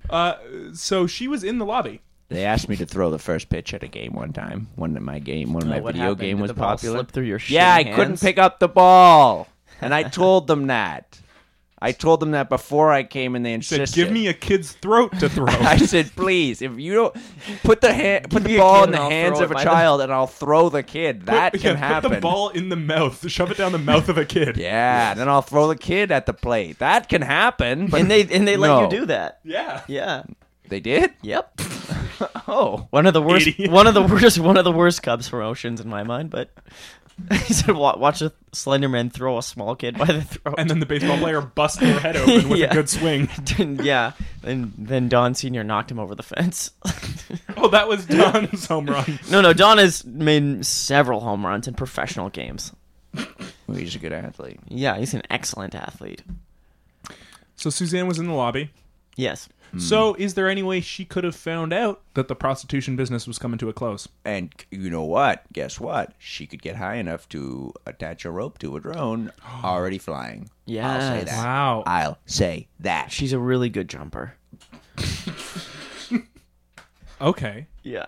Uh, so she was in the lobby. They asked me to throw the first pitch at a game one time. One of my game, one of my Oh, what video happened? game Did was the ball popular. slip through your shitty yeah, I couldn't hands? pick up the ball, and I told them that. I told them that before I came, and they Said, insisted. "Give me a kid's throat to throw." I said, "Please, if you don't put the ha- put me the a ball kid and in the I'll hands throw of it a by the- child, and I'll throw the kid. That Put- can yeah, happen. Put the ball in the mouth. Shove it down the mouth of a kid. Yeah, then I'll throw the kid at the plate. That can happen." But And they and they let No. you do that. Yeah. Yeah. they did. Yep. Oh, One of the worst. Idiot. One of the worst. One of the worst Cubs promotions in my mind. But he said, "Wa- "Watch a slender man throw a small kid by the throat." And then the baseball player busts their head open with Yeah. a good swing. then, yeah. And then Don Senior knocked him over the fence. Oh, that was Don's home run. no, no. Don has made several home runs in professional games. Well, he's a good athlete. Yeah, he's an excellent athlete. So Suzanne was in the lobby. Yes. So is there any way she could have found out that the prostitution business was coming to a close? And you know what? Guess what? She could get high enough to attach a rope to a drone already flying. I'll say Yes. that. Wow. I'll say that. She's a really good jumper. Okay. Yeah.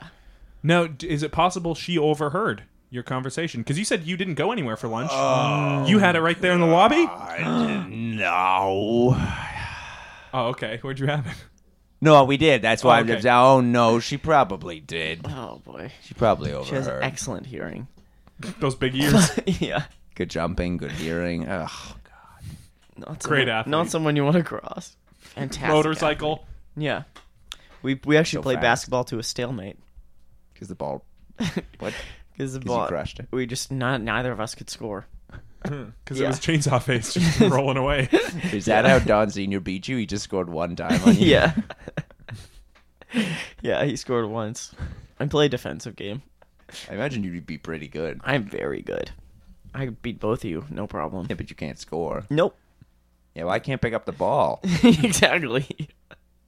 Now, d- is it possible she overheard your conversation? Because you said you didn't go anywhere for lunch. you had it right there in the lobby? No. Oh, okay. Where'd you have it? No, we did. That's why Oh, okay. I'm just, oh no, she probably did. Oh boy. She probably She has overheard. excellent hearing. Those big ears. yeah. good jumping, good hearing. Ugh. Not Great someone, athlete. Not someone you want to cross. Fantastic. Motorcycle. athlete. Yeah. We we actually So played fast. basketball to a stalemate Because the ball. because What? the 'Cause you ball crushed it. We just not neither of us could score. Because Yeah. it was chainsaw face just rolling away. Is that how Don Senior beat you? He just scored one time on you. yeah. yeah, he scored once. I play defensive game. I imagine you'd be pretty good. I'm very good. I could beat both of you, no problem. Yeah, but you can't score. Nope. Yeah, well, I can't pick up the ball. exactly.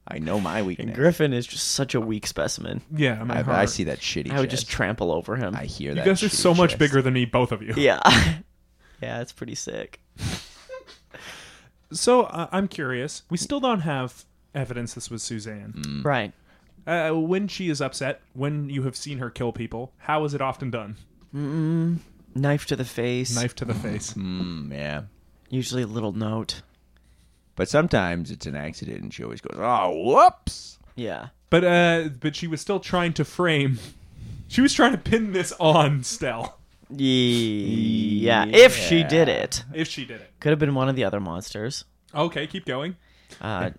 I know my And weakness. Griffin is just such a weak specimen. yeah, I mean, I, her- I see that shitty. I would just chest. trample over him. I hear You that. guys are shitty so much chest. bigger than me, both of you. Yeah. yeah, it's pretty sick. So uh, I'm curious. We still don't have evidence this was Suzanne. Right. Uh, when she is upset, when you have seen her kill people, how is it often done? Knife to the face. Knife to the face. Mm, yeah, Usually a little note. but sometimes it's an accident, and she always goes, "Oh, whoops." Yeah. But uh, but she was still trying to frame. She was trying to pin this on Stell. Yeah. If she did it, If she did it. could have been one of the other monsters. Okay, keep going. Uh,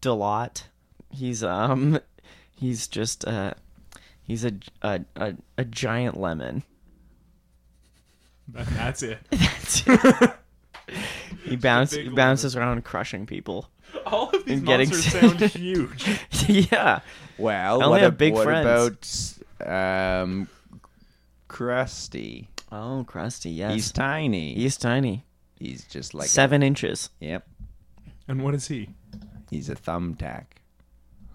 Delot. He's um, he's just uh, he's a a a, a giant lemon. That- That's it. He bounce, big he bounces around crushing people. All of these I'm getting monsters sick. sound huge. yeah. Well, I only what, have ab- big what friends. about um, Krusty? Oh, Krusty. Yes. He's tiny. He's tiny. He's just like a- Seven inches. yep. And what is he? He's a thumbtack.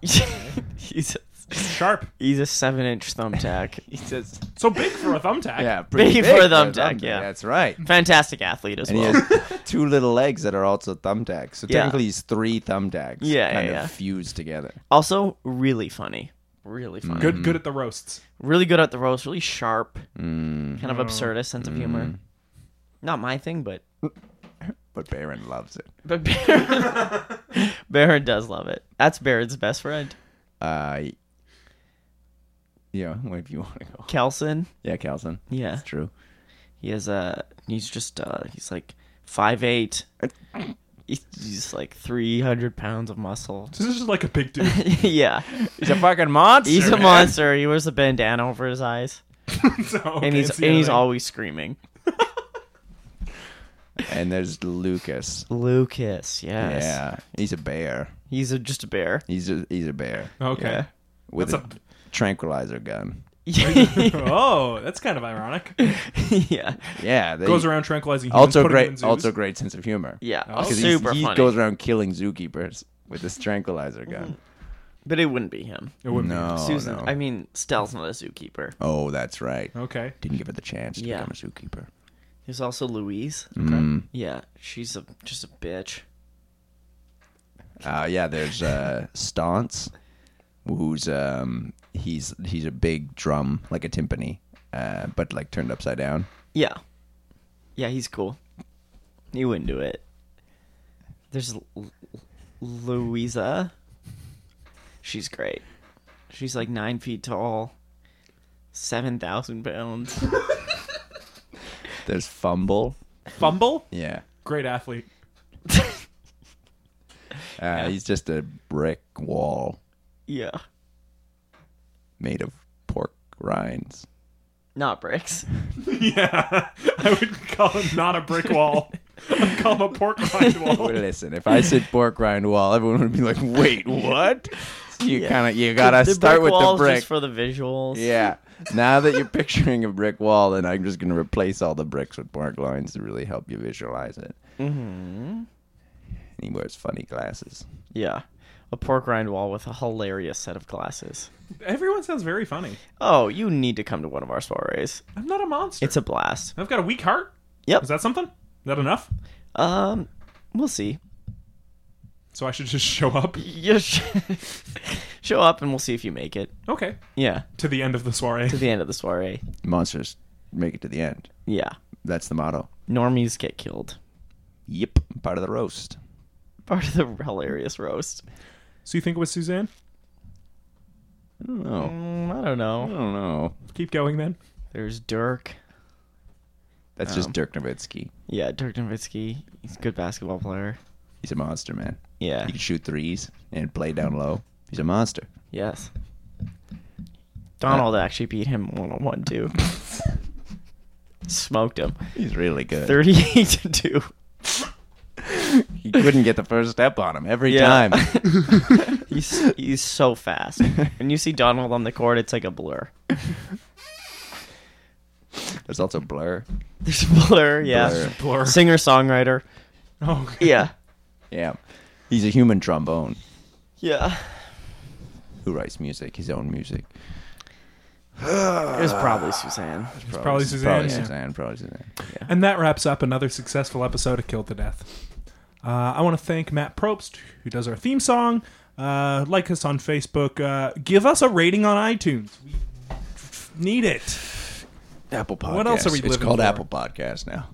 he's a, Sharp. he's a seven inch thumbtack. He says, So big for a thumbtack. "Yeah, Big pretty for a thumbtack, yeah. That's right." Fantastic athlete as And he well. has two little legs that are also thumbtacks. So Yeah. technically, he's three thumbtacks. Yeah, kind yeah, of yeah. fused together. also, really funny. Really funny. Good Mm. good at the roasts. Really good at the roast. Really sharp. Mm. Kind of absurdist sense of humor. Not my thing, but But Baron loves it. but Baron, Baron does love it. That's Baron's best friend, Uh, yeah, if you want to go. Kelson. Yeah, Calson. Yeah, It's true. he has a. He's just. uh He's like five eight. He's just like three hundred pounds of muscle. This is just like a big dude. yeah, He's a fucking monster. he's a monster. He wears a bandana over his eyes, So, okay, and he's it's the and he's other- always screaming. And there's Lucas. Lucas, yes, Yeah, he's a bear. he's a, just a bear. He's a he's a bear Okay. with That's a tranquilizer gun. yeah, oh, that's kind of ironic. Yeah, they, Goes around tranquilizing humans, Also putting them in great, zoos. also great sense of humor. yeah, Oh. 'Cause he's- super he funny. goes around killing zookeepers with this tranquilizer gun. Mm-hmm. but it wouldn't be him. It would be. Oh, No, Susan, no. I mean, Stell's not a zookeeper. oh, that's right. Okay. Didn't give her the chance to Yeah. become a zookeeper. There's also Louise. Mm. Yeah, she's a just a bitch. Uh, yeah, there's uh, Stance, who's um, he's he's a big drum like a timpani, uh, but like turned upside down. Yeah, yeah, he's cool. He wouldn't do it. There's L- L- Louisa. She's great. She's like nine feet tall, seven thousand pounds. There's Fumble. Fumble? Yeah. Great athlete. Uh, He's just a brick wall yeah, made of pork rinds. not bricks. Yeah. I would call him not a brick wall. I'd call him a pork rind wall. Well, listen, if I said pork rind wall, everyone would be like, "Wait, what?" So you Yeah. kind of you gotta The brick start with the wall's brick. just for the visuals. yeah. Now that you're picturing a brick wall, then I'm just gonna replace all the bricks with pork lines to really help you visualize it. Mm-hmm. And he wears funny glasses. yeah. A pork rind wall with a hilarious set of glasses. Everyone sounds very funny. Oh, you need to come to one of our soirees. I'm not a monster. It's a blast. I've got a weak heart. Yep. Is that something? Is that enough? Um, we'll see. So I should just show up? You sh- show up and we'll see if you make it. Okay. Yeah, To the end of the soiree. to the end of the soiree. Monsters make it to the end. Yeah, That's the motto. normies get killed. Yep. Part of the roast. Part of the hilarious roast. So you think it was Suzanne? I don't know. Mm, I don't Oh, I Hmm. know. don't know. Keep going then. There's Dirk. That's just Dirk Nowitzki. Yeah, Dirk Nowitzki. He's a good basketball player. He's a monster, man. Yeah. He can shoot threes and play down low. He's a monster. Yes. Uh, Donald actually beat him one on one too. Smoked him. He's really good. Thirty-eight to two. He couldn't get the first step on him every Yeah. time. He's he's so fast. When you see Donald on the court, it's like a blur. There's also Blur. There's a blur, yeah. Blur. Blur. Singer songwriter. Oh, okay. Yeah. Yeah. He's a human trombone Yeah. who writes music, his own music. It was probably Suzanne. It's probably Probably Suzanne, yeah. Suzanne. Probably Suzanne. Yeah. And that wraps up another successful episode of Killed to Death. Uh, I want to thank Matt Probst, who does our theme song. Uh, like us on Facebook. Uh, give us a rating on iTunes. We need it. Apple Podcast. What else are we It's living called for? Apple Podcast now.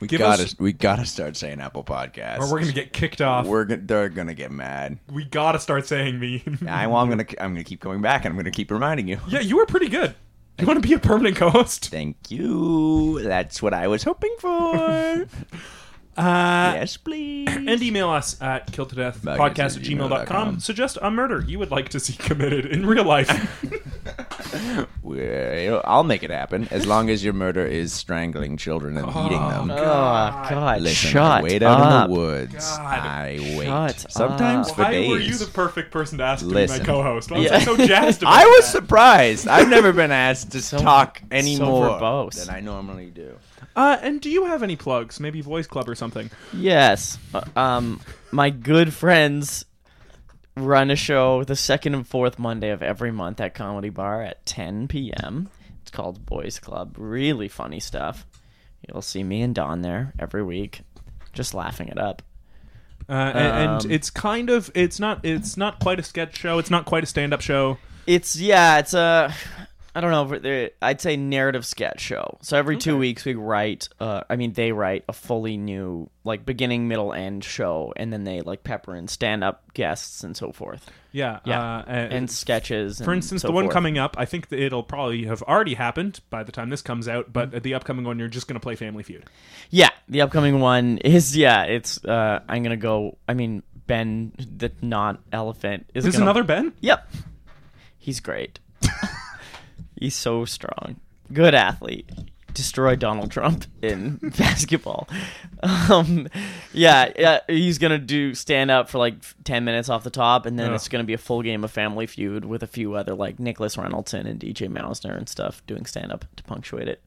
We Give gotta us- we gotta start saying Apple Podcast. Or we're going to get kicked off. We're gonna, they're gonna get mad. we got to start saying meme. I, well, I'm gonna I'm gonna keep coming back and I'm gonna keep reminding you. yeah, you were pretty good. You want to be a permanent co host? Thank you. That's what I was hoping for. Uh, yes, please. and email us at killtodeathpodcast at gmail.com. Suggest a murder you would like to see committed in real life. we- I'll make it happen as long as your murder is strangling children and Ah, eating them. Oh God! Listen, Shut I wait up. out in the woods. God. I wait. Shut Sometimes up. for Why days. were you the perfect person to ask to Listen. be my co-host? Why was Yeah. I so jazzed about I was that? surprised. I've never been asked to talk any so more verbose. than I normally do. Uh, and do you have any plugs? Maybe Voice Club or something. Yes. Uh, Um, my good friends run a show the second and fourth Monday of every month at Comedy Bar at 10 p.m. It's called Boys Club. Really funny stuff. You'll see me and Don there every week, just laughing it up. Uh, a- and, Um, and it's kind of it's not it's not quite a sketch show. It's not quite a stand-up show. It's yeah, it's a I don't know, but they're- I'd say narrative sketch show. So every two weeks we write uh I mean they write a fully new like beginning, middle, end show and then they like pepper in stand up guests and so forth. Yeah. Yeah. Uh, and sketches and for instance, so the one forth. coming up, I think that it'll probably have already happened by the time this comes out. Mm-hmm. But the upcoming one, you're just going to play Family Feud. Yeah, the upcoming one is yeah, it's uh I'm going to go I mean Ben the non elephant Is is this gonna- another Ben? Yep. He's great. He's so strong. Good athlete. Destroyed Donald Trump in basketball. Um, yeah, yeah, he's gonna do stand up for like ten minutes off the top, and then Ugh. it's gonna be a full game of Family Feud with a few other like Nicholas Reynoldson and DJ Mausner and stuff doing stand up to punctuate it.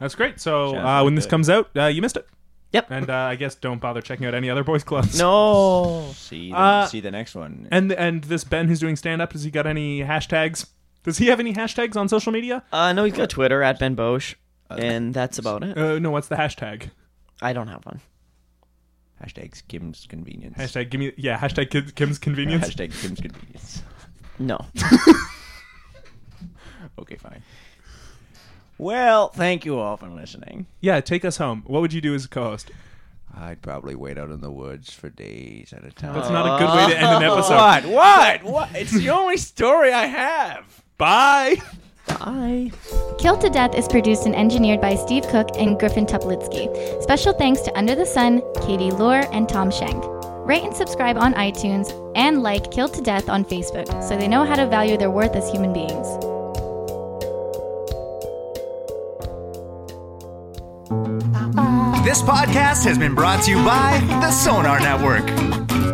That's great. So Sounds uh, when like this it. comes out, uh, you missed it. Yep. And uh, I guess don't bother checking out any other Boys Clubs. no. See, Uh, see the next one. And and this Ben who's doing stand-up, has he got any hashtags? Does he have any hashtags on social media? Uh, no, he's got Twitter at Ben Bosch, and that's about it. Uh, no. What's the hashtag? I don't have one. Hashtags Kim's convenience. Hashtag give me yeah. Hashtag Kim- Kim's convenience. Hashtag Kim's convenience. No. Okay, fine. Well, thank you all for listening. Yeah, take us home. What would you do as a co-host? I'd probably wait out in the woods for days at a time. That's not a good way to end an episode. What? What? What? It's the only story I have. Bye. Bye. Killed to Death is produced and engineered by Steve Cook and Griffin Tuplitsky. Special thanks to Under the Sun, Katie Lohr, and Tom Schenk. Rate and subscribe on iTunes and like Killed to Death on Facebook so they know how to value their worth as human beings. This podcast has been brought to you by the Sonar Network.